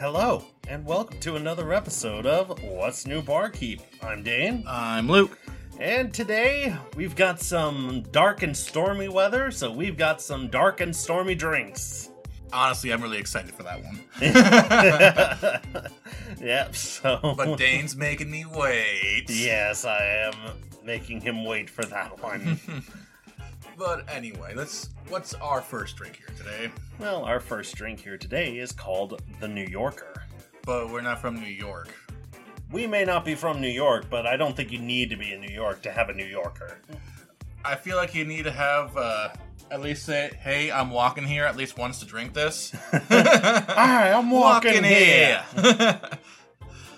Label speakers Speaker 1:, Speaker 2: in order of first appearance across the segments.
Speaker 1: Hello, and welcome to another episode of What's New Barkeep. I'm Dane,
Speaker 2: I'm Luke.
Speaker 1: and today we've got some dark and stormy weather, so we've got some dark and stormy drinks.
Speaker 2: Honestly, I'm really excited for that one.
Speaker 1: Yep, so.
Speaker 2: But Dane's making me wait.
Speaker 1: yes, I am making him wait for that one.
Speaker 2: But anyway, let's. What's our first drink here today?
Speaker 1: well, our first drink here today is called the New Yorker.
Speaker 2: But we're not from New York.
Speaker 1: We may not be from New York, but I don't think you need to be in New York to have a New Yorker.
Speaker 2: I feel like you need to have uh, at least say, "Hey, I'm walking here" at least once to drink this.
Speaker 1: Alright, I'm walking, here.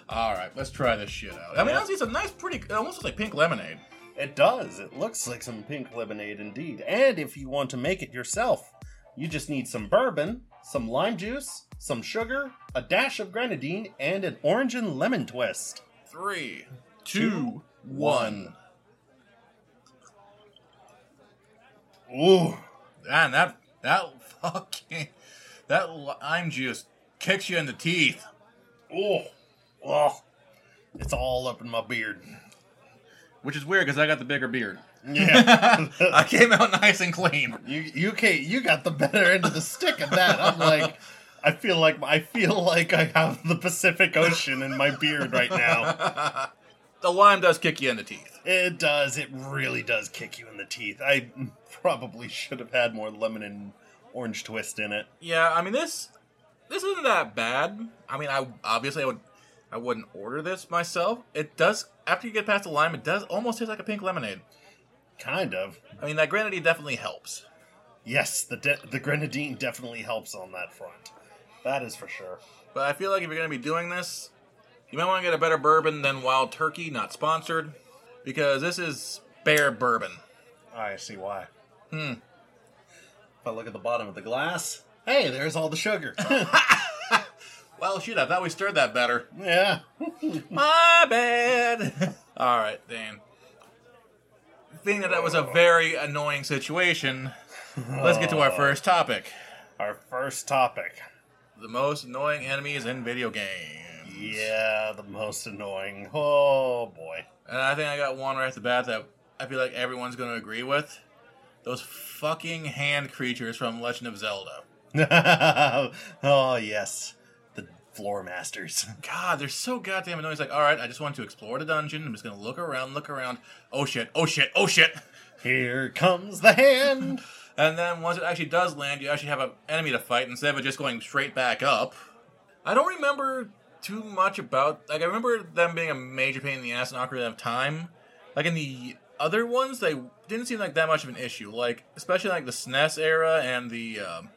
Speaker 2: All right, let's try this shit out. I mean,
Speaker 1: Yeah.
Speaker 2: honestly, it's a nice, pretty. It almost looks like pink lemonade.
Speaker 1: It does. It looks like some pink lemonade indeed. And if you want to make it yourself, you just need some bourbon, some lime juice, some sugar, a dash of grenadine, and an orange and lemon twist.
Speaker 2: Three,
Speaker 1: Two,
Speaker 2: two, one.
Speaker 1: Ooh.
Speaker 2: Man, that that fucking that lime juice kicks you in the teeth.
Speaker 1: Ooh. Oh. It's all up in my beard.
Speaker 2: Which is weird because I got the bigger beard.
Speaker 1: Yeah.
Speaker 2: I came out nice and clean.
Speaker 1: you you can you got the better end of the stick of that. I'm like I feel like I feel like I have the Pacific Ocean in my beard right now.
Speaker 2: The lime does kick you in the teeth.
Speaker 1: It does. It really does kick you in the teeth. I probably should have had more lemon and orange twist in it.
Speaker 2: Yeah, I mean this this isn't that bad. I mean, I obviously I would I wouldn't order this myself. It does after you get past the lime, it does almost taste like a pink lemonade.
Speaker 1: Kind of.
Speaker 2: I mean, that grenadine definitely helps.
Speaker 1: Yes, the de- the grenadine definitely helps on that front. That is for sure.
Speaker 2: But I feel like if you're going to be doing this, you might want to get a better bourbon than Wild Turkey, not sponsored, because this is bare bourbon.
Speaker 1: I see why. Hmm. If I look at the bottom of the glass, hey, there's all the sugar.
Speaker 2: Well, shoot, I thought we stirred that better.
Speaker 1: yeah.
Speaker 2: My bad. All right, Dan. Being that that was a very annoying situation, let's get to our first topic:
Speaker 1: Our first topic.
Speaker 2: the most annoying enemies in video games.
Speaker 1: Yeah, the most annoying. Oh boy.
Speaker 2: And I think I got one right off the bat that I feel like everyone's going to agree with: those fucking hand creatures from Legend of Zelda.
Speaker 1: oh yes, the floor masters.
Speaker 2: God, they're so goddamn annoying. It's like, all right, I just want to explore the dungeon. I'm just gonna look around, look around. Oh shit! Oh shit! Oh shit!
Speaker 1: Here comes the hand.
Speaker 2: And then once it actually does land, you actually have an enemy to fight instead of just going straight back up. I don't remember too much about. Like, I remember them being a major pain in the ass in Ocarina of Time. Like in the other ones, they didn't seem like that much of an issue. Like, especially like the SNES era and the, um,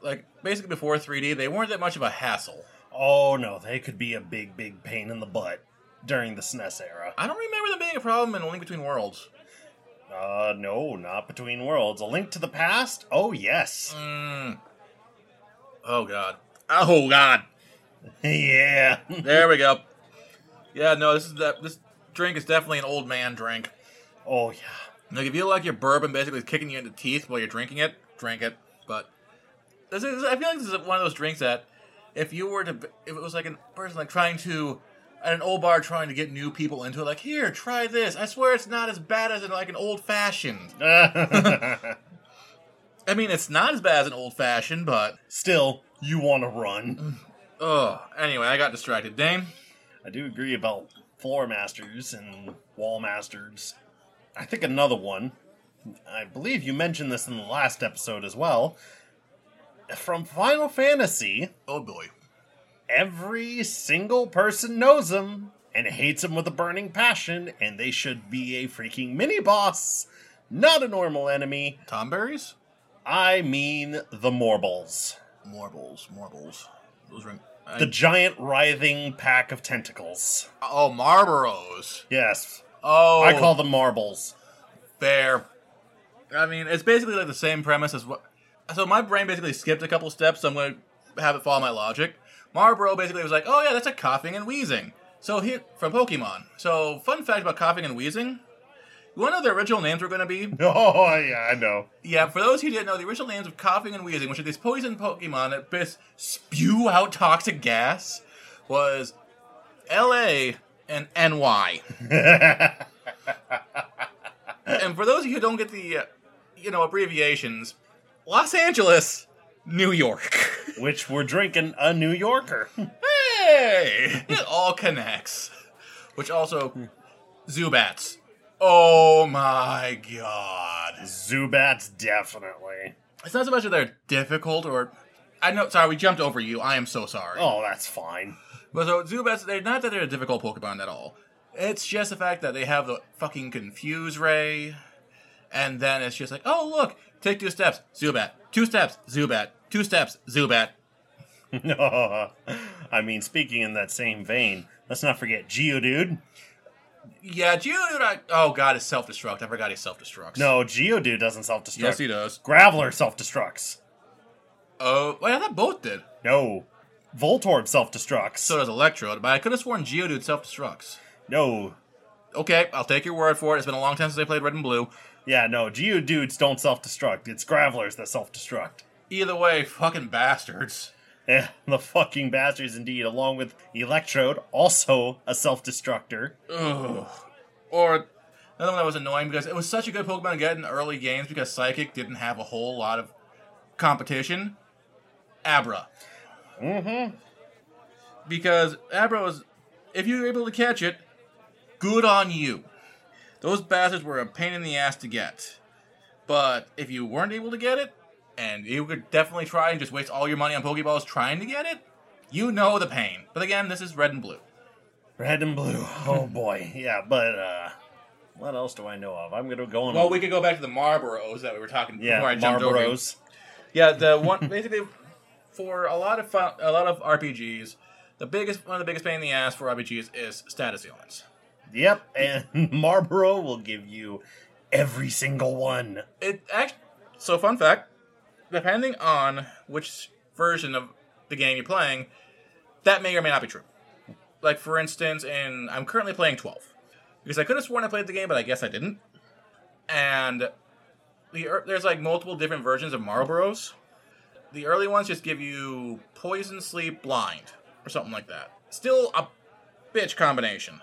Speaker 2: like basically before 3D, they weren't that much of a hassle.
Speaker 1: Oh no, they could be a big, big pain in the butt during the SNES era.
Speaker 2: I don't remember them being a problem in A Link Between Worlds.
Speaker 1: Uh, no, not Between Worlds. A Link to the Past? Oh yes.
Speaker 2: Oh god. Oh god.
Speaker 1: yeah.
Speaker 2: There we go. Yeah, no, this is that this drink is definitely an old man drink.
Speaker 1: Oh yeah.
Speaker 2: Like if you like your bourbon basically kicking you in the teeth while you're drinking it, drink it. But this is I feel like this is one of those drinks that if you were to if it was like a person like trying to at an old bar trying to get new people into it, like here, try this. I swear it's not as bad as an, like an old fashioned. I mean, it's not as bad as an old fashioned, but
Speaker 1: Still, you want to run.
Speaker 2: oh, anyway, I got distracted. Dane,
Speaker 1: I do agree about floor masters and wall masters. I think another one. I believe you mentioned this in the last episode as well. from Final Fantasy.
Speaker 2: Oh boy.
Speaker 1: Every single person knows him and hates him with a burning passion, and they should be a freaking mini boss, not a normal enemy.
Speaker 2: Tomberries?
Speaker 1: I mean the Morbles.
Speaker 2: Marbles. Marbles. Those ring.
Speaker 1: The
Speaker 2: I,
Speaker 1: giant writhing pack of tentacles.
Speaker 2: oh, Marlboros.
Speaker 1: Yes,
Speaker 2: Oh,
Speaker 1: I call them Marbles.
Speaker 2: fair. I mean, it's basically like the same premise as what. So my brain basically skipped a couple steps. So I'm going to have it follow my logic. Marlboro basically was like, "Oh yeah, that's a coughing and wheezing." So here from Pokemon. So fun fact about coughing and wheezing. You want to know what their original names were going to be?
Speaker 1: Oh, yeah, I know.
Speaker 2: Yeah, for those who didn't know, the original names of coughing and wheezing, which are these poison Pokemon that bis- spew out toxic gas, was L.A. and N.Y. and for those of you who don't get the, uh, you know, abbreviations, Los Angeles, New York.
Speaker 1: Which we're drinking a New Yorker.
Speaker 2: hey, it all connects. Which also, Zubats. Oh my god.
Speaker 1: Zubats, definitely.
Speaker 2: It's not so much that they're difficult or. I know, sorry, we jumped over you. I am so sorry.
Speaker 1: Oh, that's fine.
Speaker 2: But so, Zubats, they're not that they're a difficult Pokemon at all. It's just the fact that they have the fucking Confuse Ray, and then it's just like, oh, look, take two steps, Zubat, two steps, Zubat, two steps, Zubat.
Speaker 1: I mean, speaking in that same vein, let's not forget Geodude.
Speaker 2: Yeah, Geodude, I, oh god, is self destruct. I forgot he self destructs.
Speaker 1: No, Geodude doesn't self destruct.
Speaker 2: Yes, he does.
Speaker 1: Graveler self destructs.
Speaker 2: Oh, wait, I thought both did.
Speaker 1: No. Voltorb self destructs.
Speaker 2: So does Electrode, but I could have sworn Geodude self destructs.
Speaker 1: no.
Speaker 2: Okay, I'll take your word for it. It's been a long time since I played Red and Blue.
Speaker 1: Yeah, no. Geodudes don't self destruct. It's Gravelers that self destruct.
Speaker 2: Either way, fucking bastards.
Speaker 1: Yeah, Eh, the fucking bastards indeed, along with Electrode, also a self destructor.
Speaker 2: Ugh. Or another one that was annoying because it was such a good Pokemon to get in early games because Psychic didn't have a whole lot of competition. Abra.
Speaker 1: Mm hmm.
Speaker 2: Because Abra was, if you were able to catch it, good on you. Those bastards were a pain in the ass to get. But if you weren't able to get it, and you could definitely try and just waste all your money on Pokeballs trying to get it, you know the pain. But again, this is red and blue.
Speaker 1: Red and blue. Oh boy. Yeah, but uh what else do I know of? I'm gonna go on.
Speaker 2: Well, we could go back to the Marlboros that we were talking
Speaker 1: yeah,
Speaker 2: before I jumped over. you.
Speaker 1: Marlboros.
Speaker 2: Yeah, the one basically for a lot of fun, a lot of RPGs, the biggest one of the biggest pain in the ass for RPGs is status ailments.
Speaker 1: Yep, and Marlboro will give you every single one.
Speaker 2: It actually so fun fact, depending on which version of the game you're playing, that may or may not be true. Like for instance, in I'm currently playing 12 because I could have sworn I played the game, but I guess I didn't. And the ear- there's like multiple different versions of Marlboros. The early ones just give you poison, sleep, blind, or something like that. Still a bitch combination.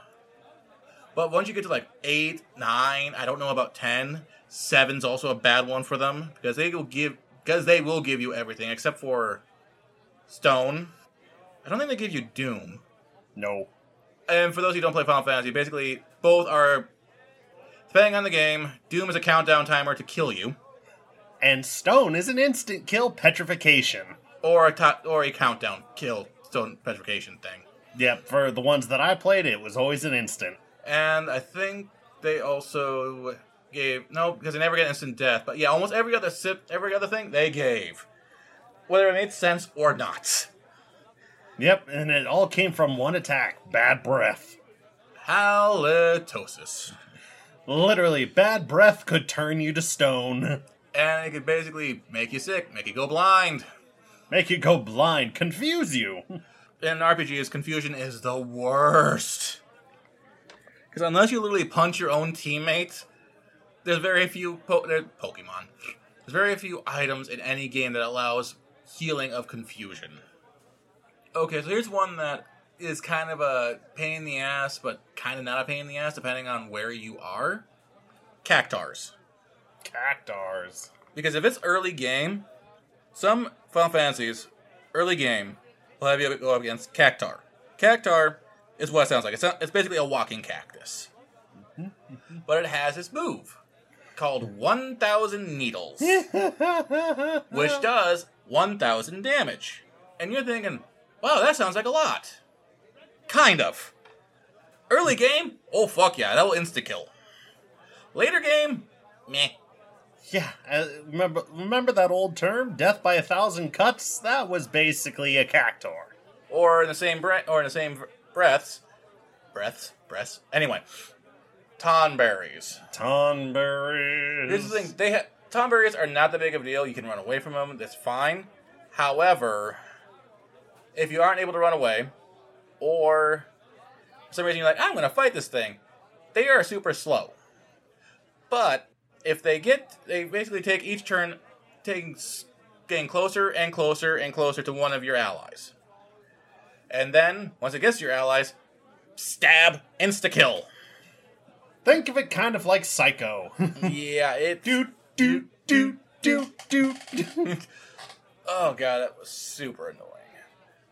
Speaker 2: But once you get to like eight, nine, I don't know about ten. Seven's also a bad one for them because they will give because they will give you everything except for stone. I don't think they give you doom.
Speaker 1: No.
Speaker 2: And for those who don't play Final Fantasy, basically both are depending on the game. Doom is a countdown timer to kill you,
Speaker 1: And Stone is an instant kill petrification.
Speaker 2: or a to- or a countdown kill stone petrification thing.
Speaker 1: Yep, for the ones that I played, it was always an instant.
Speaker 2: And I think they also gave no because they never get instant death. But yeah, almost every other sip, every other thing they gave, whether it made sense or not.
Speaker 1: Yep, and it all came from one attack bad breath.
Speaker 2: Halitosis,
Speaker 1: Literally, bad breath could turn you to stone,
Speaker 2: and it could basically make you sick, make you go blind.
Speaker 1: make you go blind, confuse you.
Speaker 2: in RPGs, confusion is the worst. Because unless you literally punch your own teammates, there's very few po- there- Pokemon. There's very few items in any game that allows healing of confusion. Okay, so here's one that is kind of a pain in the ass, but kind of not a pain in the ass, depending on where you are. Cactars.
Speaker 1: Cactars.
Speaker 2: Because if it's early game, some Final Fantasies early game will have you go up against Cactar. Cactar is what it sounds like. It's, not, it's basically a walking cactus, but it has its move. called 1000 Needles, which does 1000 damage. And you're thinking, wow, that sounds like a lot. Kind of. Early game, oh fuck yeah, that will insta kill. Later game, meh.
Speaker 1: Yeah, uh, remember remember that old term, death by a thousand cuts? That was basically a cactor.
Speaker 2: Or in the same breath, or in the same v- breaths, breaths, breaths. Anyway, tonberries.
Speaker 1: Tonberries.
Speaker 2: Here's the thing: they ha- tonberries are not that big of a deal. You can run away from them. That's fine. However, if you aren't able to run away, or for some reason you're like, I'm going to fight this thing, they are super slow. But if they get, they basically take each turn, taking s- getting closer and closer and closer to one of your allies. And then once it gets to your allies, stab, insta kill.
Speaker 1: Think of it kind of like Psycho.
Speaker 2: yeah, it.
Speaker 1: do do do do do.
Speaker 2: Oh god, that was super annoying.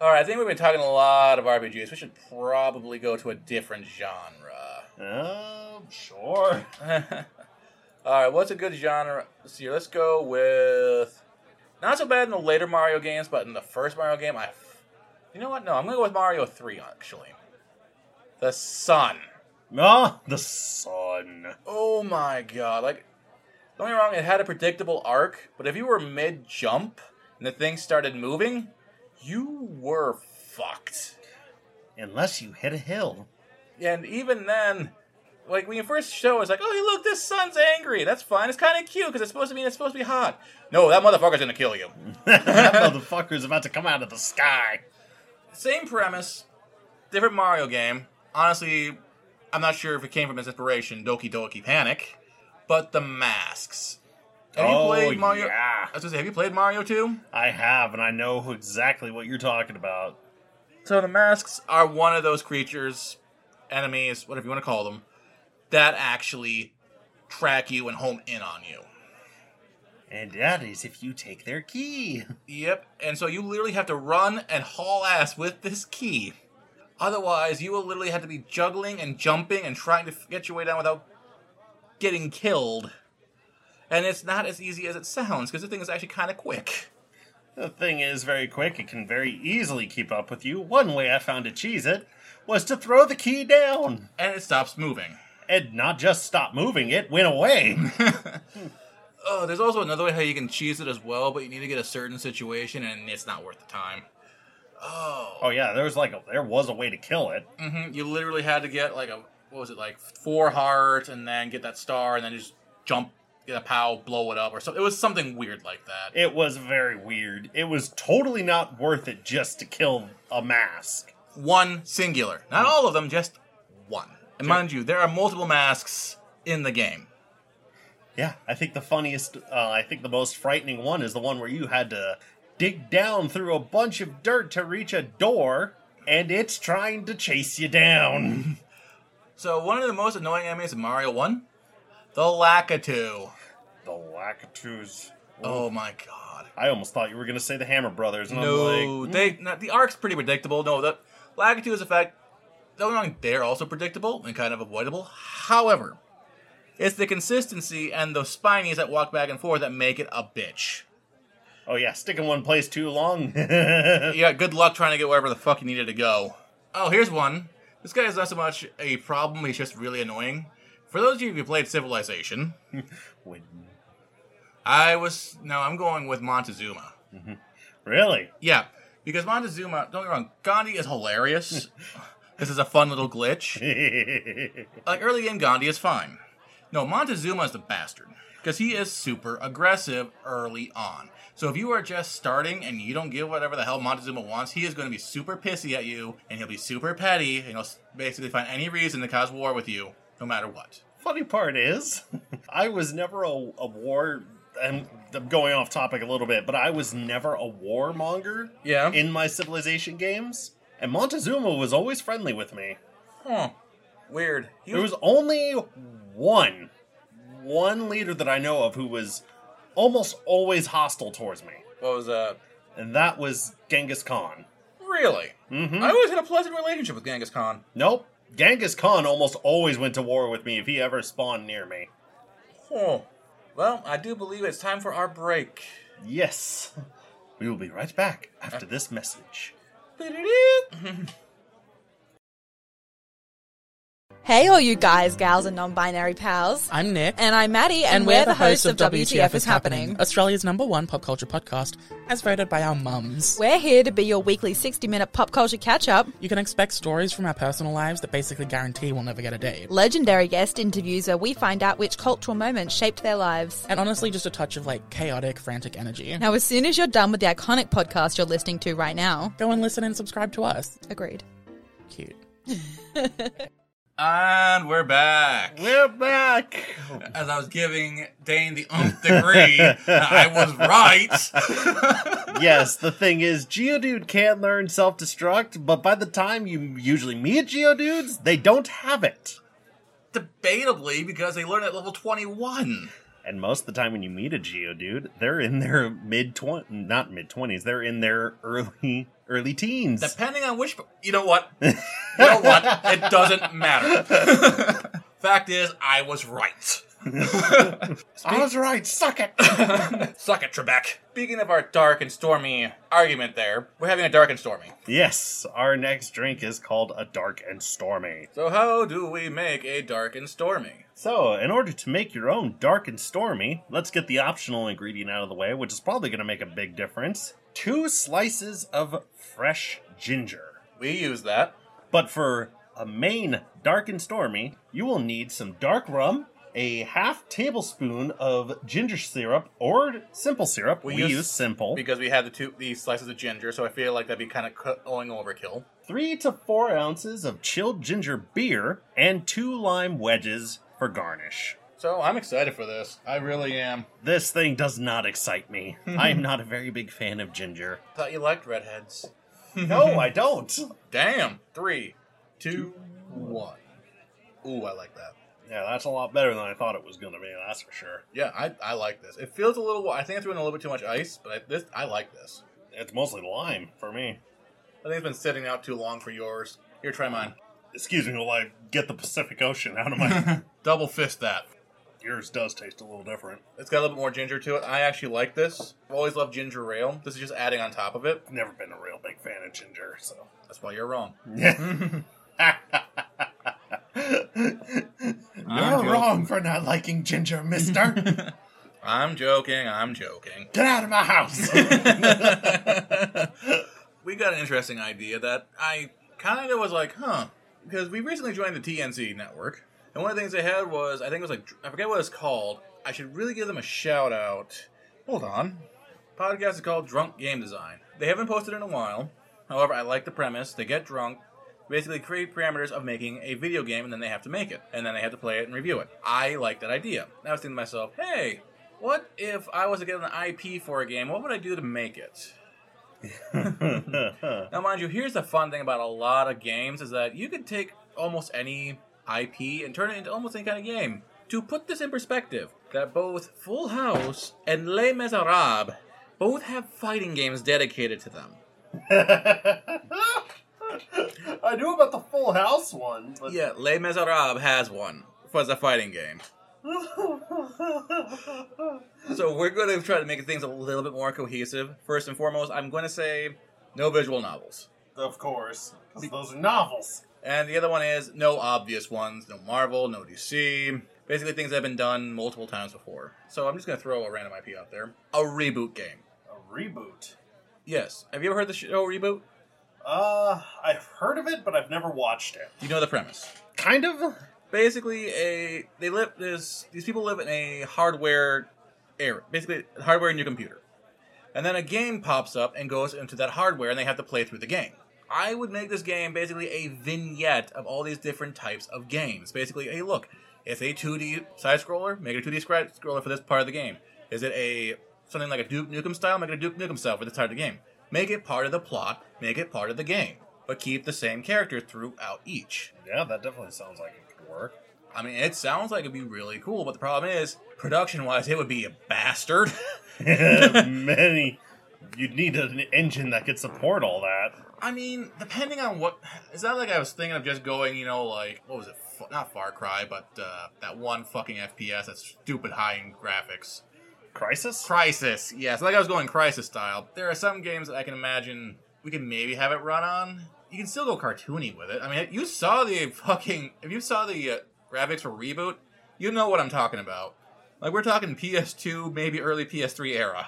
Speaker 2: All right, I think we've been talking a lot of RPGs. We should probably go to a different genre.
Speaker 1: Oh, sure.
Speaker 2: All right, what's a good genre? Let's see, here, let's go with not so bad in the later Mario games, but in the first Mario game, I, you know what? No, I'm gonna go with Mario Three actually. The Sun.
Speaker 1: Ah, the sun.
Speaker 2: Oh my god! Like, don't get me wrong, it had a predictable arc, but if you were mid jump and the thing started moving, you were fucked.
Speaker 1: Unless you hit a hill.
Speaker 2: And even then, like when you first show, it's like, oh, hey, look, this sun's angry. That's fine. It's kind of cute because it's supposed to mean it's supposed to be hot. No, that motherfucker's gonna kill you.
Speaker 1: that motherfucker's about to come out of the sky.
Speaker 2: Same premise, different Mario game. Honestly, I'm not sure if it came from his inspiration, Doki Doki Panic, but the masks. Have you
Speaker 1: oh
Speaker 2: played Mario?
Speaker 1: yeah,
Speaker 2: I was gonna say, have you played Mario 2?
Speaker 1: I have, and I know who- exactly what you're talking about.
Speaker 2: So the masks are one of those creatures, enemies, whatever you want to call them, that actually track you and home in on you.
Speaker 1: And that is if you take their key.
Speaker 2: Yep, and so you literally have to run and haul ass with this key. Otherwise, you will literally have to be juggling and jumping and trying to f- get your way down without getting killed. And it's not as easy as it sounds because the thing is actually kind of quick.
Speaker 1: The thing is very quick, it can very easily keep up with you. One way I found to cheese it was to throw the key down.
Speaker 2: And it stops moving.
Speaker 1: And not just stop moving, it went away.
Speaker 2: Oh, there's also another way how you can cheese it as well, but you need to get a certain situation and it's not worth the time.
Speaker 1: oh yeah, there was like a, there was a way to kill it.
Speaker 2: hmm You literally had to get like a what was it like four hearts, and then get that star, and then just jump, get a pow, blow it up, or something. It was something weird like that.
Speaker 1: It was very weird. It was totally not worth it just to kill a mask.
Speaker 2: One singular, not
Speaker 1: Hmm.
Speaker 2: all of them, just one. And mind you, there are multiple masks in the game.
Speaker 1: Yeah, I think the funniest, uh, I think the most frightening one is the one where you had to dig down through a bunch of dirt to reach a door, and it's trying to chase you down.
Speaker 2: So one of the most annoying enemies in Mario One, the Lakitu.
Speaker 1: the Lakitus.
Speaker 2: Oh my god.
Speaker 1: I almost thought you were going to say the Hammer Brothers, and I'm
Speaker 2: No,
Speaker 1: like,
Speaker 2: they no, the arc's pretty predictable. No, the Lakitu is a fact. Don't get me wrong, they're also predictable and kind of avoidable. However, it's the consistency and those spinies that walk back and forth that make it a bitch.
Speaker 1: oh yeah, stick in one place too long.
Speaker 2: Yeah, good luck trying to get wherever the fuck you needed to go. Oh, here's one. This guy is not so much a problem, he's just really annoying. For those of you who played Civilization,
Speaker 1: Wait,
Speaker 2: I was. No, I'm going with Montezuma.
Speaker 1: really?
Speaker 2: Yeah, because Montezuma, don't get me wrong, Gandhi is hilarious. this is a fun little glitch. like early game Gandhi is fine. No, Montezuma is the bastard because he is super aggressive early on. So if you are just starting and you don't give whatever the hell Montezuma wants, he is going to be super pissy at you and he'll be super petty and he'll s- basically find any reason to cause war with you no matter what.
Speaker 1: Funny part is, I was never a, a war. I'm, I'm going off topic a little bit, but I was never a warmonger
Speaker 2: Yeah.
Speaker 1: in my civilization games, and Montezuma was always friendly with me.
Speaker 2: Huh. Weird. He
Speaker 1: There was only one, one leader that I know of who was almost always hostile towards me,
Speaker 2: what was uh
Speaker 1: and that was Genghis Khan. Mm-hmm.
Speaker 2: really?
Speaker 1: Hmm?
Speaker 2: I always had a pleasant relationship with Genghis Khan.
Speaker 1: Nope. Genghis Khan almost always went to war with me if he ever spawned near me.
Speaker 2: Oh. Well, I do believe it's time for our break.
Speaker 1: Yes. We will be right back after this message.
Speaker 3: Hey, all you guys, gals, and non binary pals.
Speaker 4: I'm Nick.
Speaker 3: And I'm Maddie, and, we're, the hosts of WTF is Happening.
Speaker 4: Australia's number one pop culture podcast, as voted by our mums.
Speaker 3: We're here to be your weekly 60 minute pop culture catch up.
Speaker 4: You can expect stories from our personal lives that basically guarantee we'll never get a date.
Speaker 3: Legendary guest interviews where we find out which cultural moments shaped their lives.
Speaker 4: And honestly, just a touch of like chaotic, frantic energy.
Speaker 3: Now, as soon as you're done with the iconic podcast you're listening to right now,
Speaker 4: Go and listen and subscribe to us.
Speaker 3: agreed.
Speaker 4: Cute.
Speaker 2: And we're back.
Speaker 1: We're back.
Speaker 2: As I was giving Dane the umph degree, I was right.
Speaker 1: yes, the thing is, Geodude can learn self destruct, but by the time you usually meet Geodudes, they don't have it.
Speaker 2: Debatably, because they learn at level 21.
Speaker 1: And most of the time, when you meet a Geodude, they're in their mid twenties, not mid twenties. They're in their early early teens.
Speaker 2: Depending on which. You know what? You know what? It doesn't matter. Fact is, I was right.
Speaker 1: I was right. Suck it.
Speaker 2: Suck it, Trebek. Speaking of our dark and stormy argument there, we're having a dark and stormy.
Speaker 1: yes, our next drink is called a dark and stormy.
Speaker 2: So, how do we make a dark and stormy?
Speaker 1: So, in order to make your own dark and stormy, let's get the optional ingredient out of the way, which is probably going to make a big difference. Two slices of fresh ginger.
Speaker 2: We use that.
Speaker 1: But for a main dark and stormy, you will need some dark rum, a half tablespoon of ginger syrup or simple syrup. We,
Speaker 2: use-
Speaker 1: use, simple.
Speaker 2: Because we have the two these slices of ginger, so I feel like that'd be kind of going overkill.
Speaker 1: Three to four ounces of chilled ginger beer and two lime wedges for garnish.
Speaker 2: So I'm excited for this. I really am.
Speaker 1: This thing does not excite me. I am not a very big fan of ginger.
Speaker 2: Thought you liked redheads.
Speaker 1: No, I don't.
Speaker 2: Damn. Three, two, one. Ooh, I like that.
Speaker 1: Yeah, that's a lot better than I thought it was going to be, that's for sure.
Speaker 2: Yeah, I, I like this. It feels a little. I think I threw in a little bit too much ice, but I, this I like this.
Speaker 1: It's mostly lime for me.
Speaker 2: I think it's been sitting out too long for yours. Here, try mine.
Speaker 1: Excuse me while I get the Pacific Ocean out of my.
Speaker 2: Double fist that.
Speaker 1: Yours does taste a little different.
Speaker 2: It's got a little bit more ginger to it. I actually like this. I've always loved ginger ale. This is just adding on top of it.
Speaker 1: Never been a real big fan of ginger, so.
Speaker 2: That's why you're wrong.
Speaker 1: You're wrong for not liking ginger, mister.
Speaker 2: I'm joking. I'm joking.
Speaker 1: get out of my house.
Speaker 2: we got an interesting idea that I kind of was like, huh, because we recently joined the TNC network, and one of the things they had was I think it was like I forget what it's called. I should really give them a shout out. Hold on, podcast is called Drunk Game Design. They haven't posted in a while. However, I like the premise. They get drunk, basically create parameters of making a video game, and then they have to make it, and then they have to play it and review it. I like that idea. And I was thinking to myself, hey. What if I was to get an IP for a game? What would I do to make it? Now, mind you, here's the fun thing about a lot of games is that you could take almost any IP and turn it into almost any kind of game. To put this in perspective, that both Full House and Les Miserables both have fighting games dedicated to them.
Speaker 1: I knew about the Full House one, but
Speaker 2: Yeah, Les Miserables has one for the fighting game. so we're going to try to make things a little bit more cohesive. First and foremost, I'm going to say no visual novels.
Speaker 1: of course, 'cause those are novels.
Speaker 2: And the other one is no obvious ones, no Marvel, no DC. Basically, things that have been done multiple times before. So I'm just going to throw a random IP out there. A reboot game.
Speaker 1: A reboot.
Speaker 2: Yes. Have you ever heard the show Reboot?
Speaker 1: Uh, I've heard of it, but I've never watched it.
Speaker 2: You know the premise.
Speaker 1: Kind of.
Speaker 2: Basically, a they live this. These people live in a hardware era. Basically, hardware in your computer. And then a game pops up and goes into that hardware, and they have to play through the game. I would make this game basically a vignette of all these different types of games. Basically, hey, look, it's a 2D side scroller, make it a 2D side scroller for this part of the game. Is it a something like a Duke Nukem style? Make it a Duke Nukem style for this part of the game. Make it part of the plot. Make it part of the game, but keep the same character throughout each.
Speaker 1: Yeah, that definitely sounds like it could work.
Speaker 2: I mean, it sounds like it'd be really cool, but the problem is, production wise, it would be a bastard.
Speaker 1: Many. You'd need an engine that could support all that.
Speaker 2: I mean, depending on what. It's not like I was thinking of just going, you know, like, what was it, f- not Far Cry, but uh, that one fucking FPS that's stupid high in graphics.
Speaker 1: Crisis?
Speaker 2: Crisis, yes, like I was going Crisis style. There are some games that I can imagine we could maybe have it run on. You can still go cartoony with it. I mean, you saw the fucking if you saw the uh, graphics for Reboot, you know what I'm talking about. Like we're talking PS2, maybe early PS3 era.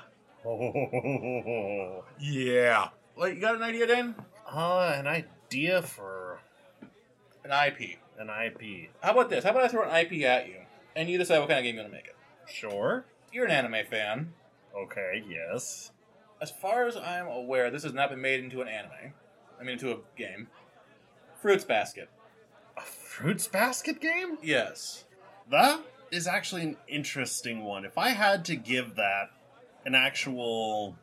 Speaker 1: Oh,
Speaker 2: Yeah. Like you got an idea, Dan?
Speaker 1: uh, an idea for
Speaker 2: An IP.
Speaker 1: an IP.
Speaker 2: How about this? How about I throw an IP at you, and you decide what kind of game you want to make it.
Speaker 1: Sure.
Speaker 2: You're an anime fan.
Speaker 1: Okay, yes.
Speaker 2: As far as I'm aware, this has not been made into an anime. I mean, into a game. Fruits Basket.
Speaker 1: A fruits basket game?
Speaker 2: Yes.
Speaker 1: That is actually an interesting one. If I had to give that an actual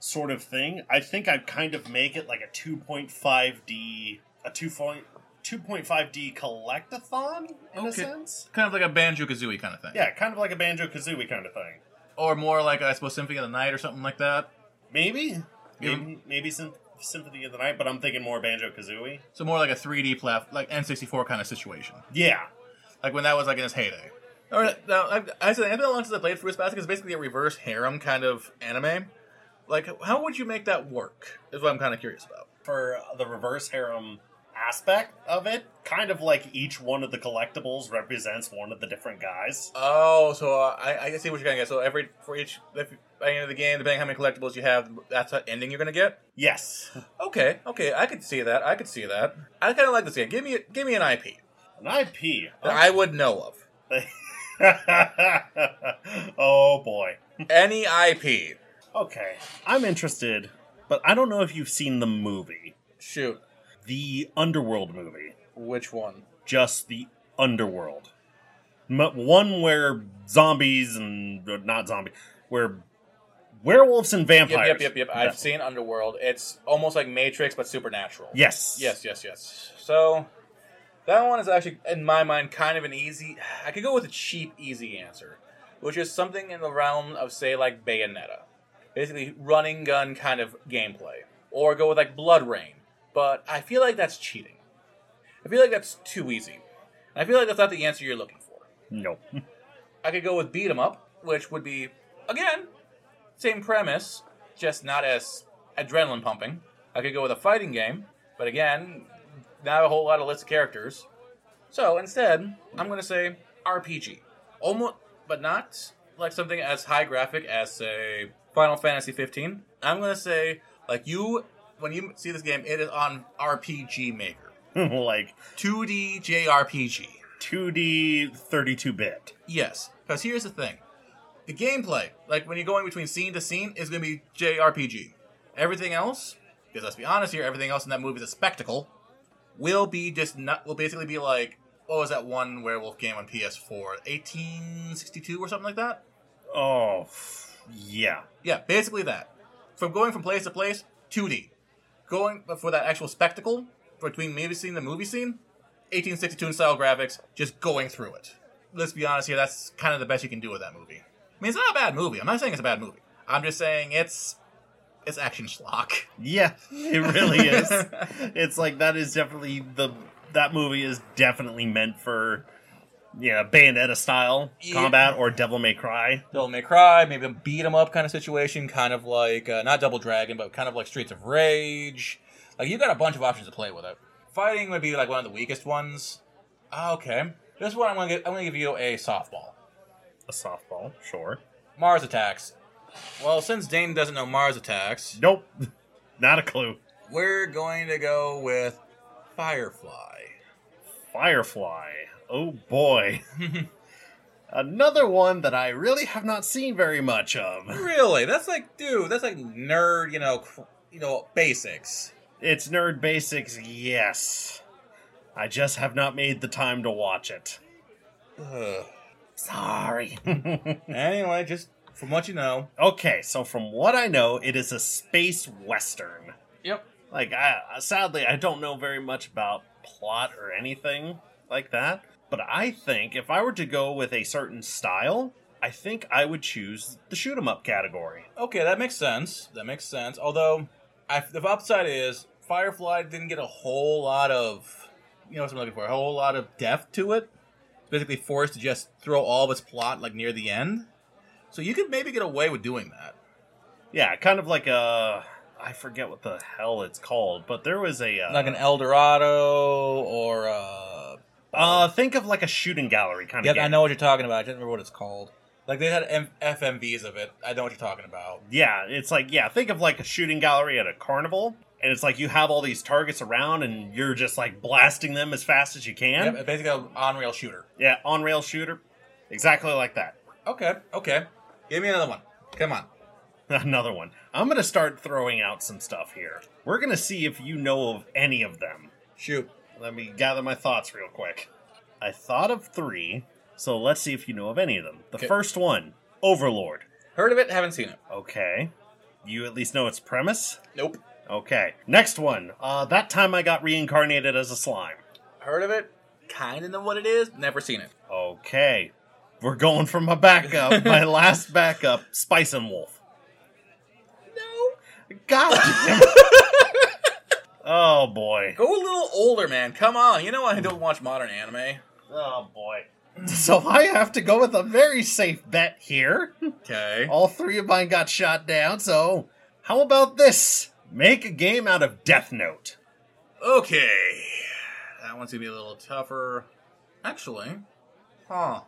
Speaker 1: sort of thing, I think I'd kind of make it like a 2.5D, a 2.5D collectathon in a
Speaker 2: Okay.
Speaker 1: sense.
Speaker 2: Kind of like a Banjo Kazooie kind of thing.
Speaker 1: Yeah, kind of like a Banjo Kazooie kind of thing.
Speaker 2: Or more like, I suppose, Symphony of the Night or something like that.
Speaker 1: Maybe.
Speaker 2: Yeah.
Speaker 1: Maybe, maybe Sym- Symphony of the Night, but I'm thinking more Banjo Kazooie.
Speaker 2: So more like a 3D plat, like N64 kind of situation.
Speaker 1: Yeah.
Speaker 2: Like when that was like in its heyday. All right, now I, I said anime launches I played Fruits Basket is basically a reverse harem kind of anime. Like, how would you make that work? Is what I'm kind of curious about.
Speaker 1: for the reverse harem aspect of it, kind of like each one of the collectibles represents one of the different guys.
Speaker 2: Oh, so uh, I, I see what you're gonna get. So every for each if, by the end of the game, depending how many collectibles you have, that's what ending you're gonna get.
Speaker 1: Yes.
Speaker 2: Okay, okay, I could see that. I could see that. I kind of like this game. Give me a- give me an IP
Speaker 1: An IP.
Speaker 2: that I would know of.
Speaker 1: oh boy.
Speaker 2: Any IP.
Speaker 1: Okay. I'm interested, but I don't know if you've seen the movie.
Speaker 2: Shoot,
Speaker 1: The Underworld movie.
Speaker 2: which one?
Speaker 1: Just the Underworld. M- one where zombies and. uh, not zombie. Where werewolves and
Speaker 2: Yep,
Speaker 1: vampires.
Speaker 2: yep, yep, yep. I've
Speaker 1: No.
Speaker 2: seen Underworld. It's almost like Matrix but supernatural.
Speaker 1: Yes.
Speaker 2: Yes, yes, yes. So that one is actually, in my mind, kind of an easy. I could go with a cheap, easy answer, which is something in the realm of, say, like Bayonetta, basically running gun kind of gameplay, or go with like Blood Rain. But I feel like that's cheating. I feel like that's too easy. And I feel like that's not the answer you're looking for.
Speaker 1: No.
Speaker 2: I could go with beat 'em up, which would be again same premise, just not as adrenaline pumping. I could go with a fighting game, but again, not a whole lot of list of characters. So instead, I'm gonna say RPG, almost, but not like something as high graphic as say Final Fantasy 15. I'm gonna say like you when you see this game, it is on RPG Maker,
Speaker 1: like
Speaker 2: 2D JRPG.
Speaker 1: 2D 32 bit.
Speaker 2: Yes, because here's the thing: the gameplay, like when you're going between scene to scene, is going to be JRPG. Everything else, because let's be honest here, everything else in that movie is a spectacle. Will be just not. Will basically be like what was that one werewolf game on PS4, 1862 or something like that.
Speaker 1: Oh, f- yeah.
Speaker 2: Yeah, basically that. From going from place to place, 2D. Going but for that actual spectacle between movie scene to movie scene, 1862 in style graphics, just going through it. Let's be honest here, that's kind of the best you can do with that movie. I mean, it's not a bad movie. I'm not saying it's a bad movie. I'm just saying it's it's action schlock.
Speaker 1: Yeah, it really is. it's like that is definitely the that movie is definitely meant for yeah, Bayonetta style
Speaker 2: Yeah.
Speaker 1: combat or Devil May Cry.
Speaker 2: Devil May Cry, maybe a beat 'em up kind of situation, kind of like uh, not Double Dragon, but kind of like Streets of Rage. Like you got a bunch of options to play with it. Fighting would be like one of the weakest ones. Ah, okay, this one I'm gonna give, I'm gonna give you a softball.
Speaker 1: A softball, sure.
Speaker 2: Mars attacks. Well, since Dane doesn't know Mars attacks,
Speaker 1: Nope. Not a clue.
Speaker 2: we're going to go with Firefly.
Speaker 1: Firefly. Oh boy. Another one that I really have not seen very much of.
Speaker 2: Really? That's like, dude, that's like nerd, you know, cr- you know, basics.
Speaker 1: It's Nerd Basics, yes. I just have not made the time to watch it.
Speaker 2: Ugh.
Speaker 1: Sorry.
Speaker 2: Anyway, just from what you know.
Speaker 1: Okay, so from what I know, it is a space western.
Speaker 2: Yep.
Speaker 1: Like, I, I- sadly, I don't know very much about plot or anything like that. But I think if I were to go with a certain style, I think I would choose the shoot 'em up category.
Speaker 2: Okay, that makes sense. That makes sense. Although, I, the upside is Firefly didn't get a whole lot of you know what I'm looking for a whole lot of depth to it. It's basically forced to just throw all of its plot like near the end. So you could maybe get away with doing that.
Speaker 1: Yeah, kind of like a I forget what the hell it's called, but there was a uh,
Speaker 2: Like an El Dorado or uh
Speaker 1: uh think of like a shooting gallery kind
Speaker 2: yeah,
Speaker 1: of game.
Speaker 2: I know what you're talking about. I can't remember what it's called. Like they had M- FMVs of it. I know what you're talking about.
Speaker 1: Yeah, it's like yeah, think of like a shooting gallery at a carnival and it's like you have all these targets around and you're just like blasting them as fast as you can.
Speaker 2: Yep, basically an on-rail shooter.
Speaker 1: Yeah, on rail shooter. Exactly like that.
Speaker 2: Okay, okay. Give me another one. Come on.
Speaker 1: Another one. I'm going to start throwing out some stuff here. We're going to see if you know of any of them.
Speaker 2: Shoot.
Speaker 1: Let me gather my thoughts real quick. I thought of three, so let's see if you know of any of them. The
Speaker 2: Okay.
Speaker 1: first one Overlord.
Speaker 2: Heard of it, haven't seen it.
Speaker 1: Okay. You at least know its premise?
Speaker 2: Nope.
Speaker 1: Okay. Next one. Uh, that time I got reincarnated as a slime.
Speaker 2: Heard of it? Kinda know what it is. Never seen it.
Speaker 1: Okay. We're going for my backup, my last backup, Spice and Wolf.
Speaker 2: No.
Speaker 1: God damn. oh boy.
Speaker 2: Go a little older, man. Come on. You know I don't watch modern anime.
Speaker 1: Oh boy. So I have to go with a very safe bet here.
Speaker 2: Okay.
Speaker 1: All three of mine got shot down, so how about this? Make a game out of Death Note.
Speaker 2: Okay. That one's gonna be a little tougher. Actually. Huh.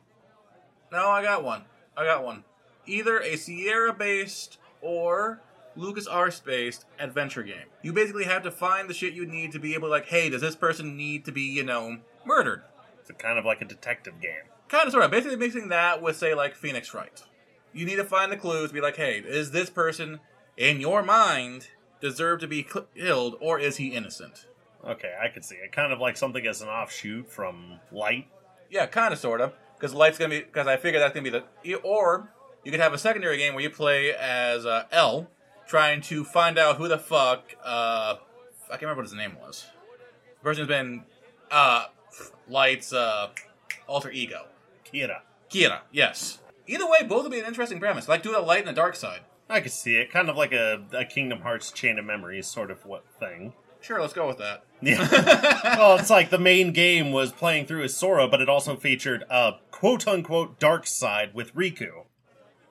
Speaker 2: No, I got one. I got one. Either a Sierra based or Lucas Arts based adventure game. You basically have to find the shit you need to be able to like, hey, does this person need to be, you know, murdered?
Speaker 1: It's kind of like a detective game.
Speaker 2: Kind of, sort of. Basically mixing that with, say, like Phoenix Wright. You need to find the clues. Be like, hey, is this person in your mind deserve to be cl- killed, or is he innocent?
Speaker 1: Okay, I can see it. Kind of like something as an offshoot from Light.
Speaker 2: Yeah, kind of, sort of. Because light's gonna be. Because I figure that's gonna be the. Or you could have a secondary game where you play as uh, L, trying to find out who the fuck. Uh, I can't remember what his name was. The person who's been uh, Light's uh, alter ego.
Speaker 1: Kira.
Speaker 2: Kira, yes. Either way, both would be an interesting premise. Like do the light and the dark side.
Speaker 1: I can see it. Kind of like a, a Kingdom Hearts Chain of Memories sort of what thing.
Speaker 2: Sure, let's go with that.
Speaker 1: Yeah. well, it's like the main game was playing through as Sora, but it also featured a quote unquote dark side with Riku.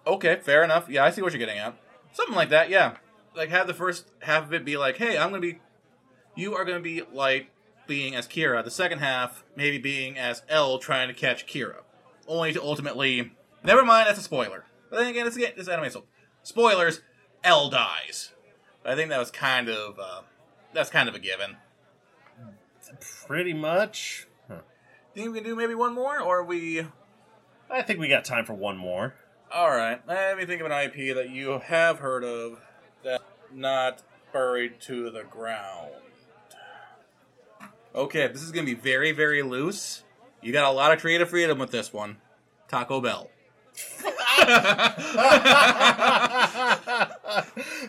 Speaker 2: Okay, fair enough. Yeah, I see what you're getting at. Something like that, yeah. Like have the first half of it be like, hey, I'm gonna be you are gonna be light being as Kira, the second half maybe being as L trying to catch Kira. Only to ultimately Never mind, that's a spoiler. But then again, it's again this anime so spoilers, L dies. I think that was kind of uh, that's kind of a given.
Speaker 1: Pretty much.
Speaker 2: Think we can do maybe one more, or we
Speaker 1: I think we got time for one more.
Speaker 2: All right, let me think of an IP that you have heard of that's not buried to the ground. Okay, this is going to be very, very loose. You got a lot of creative freedom with this one. Taco Bell.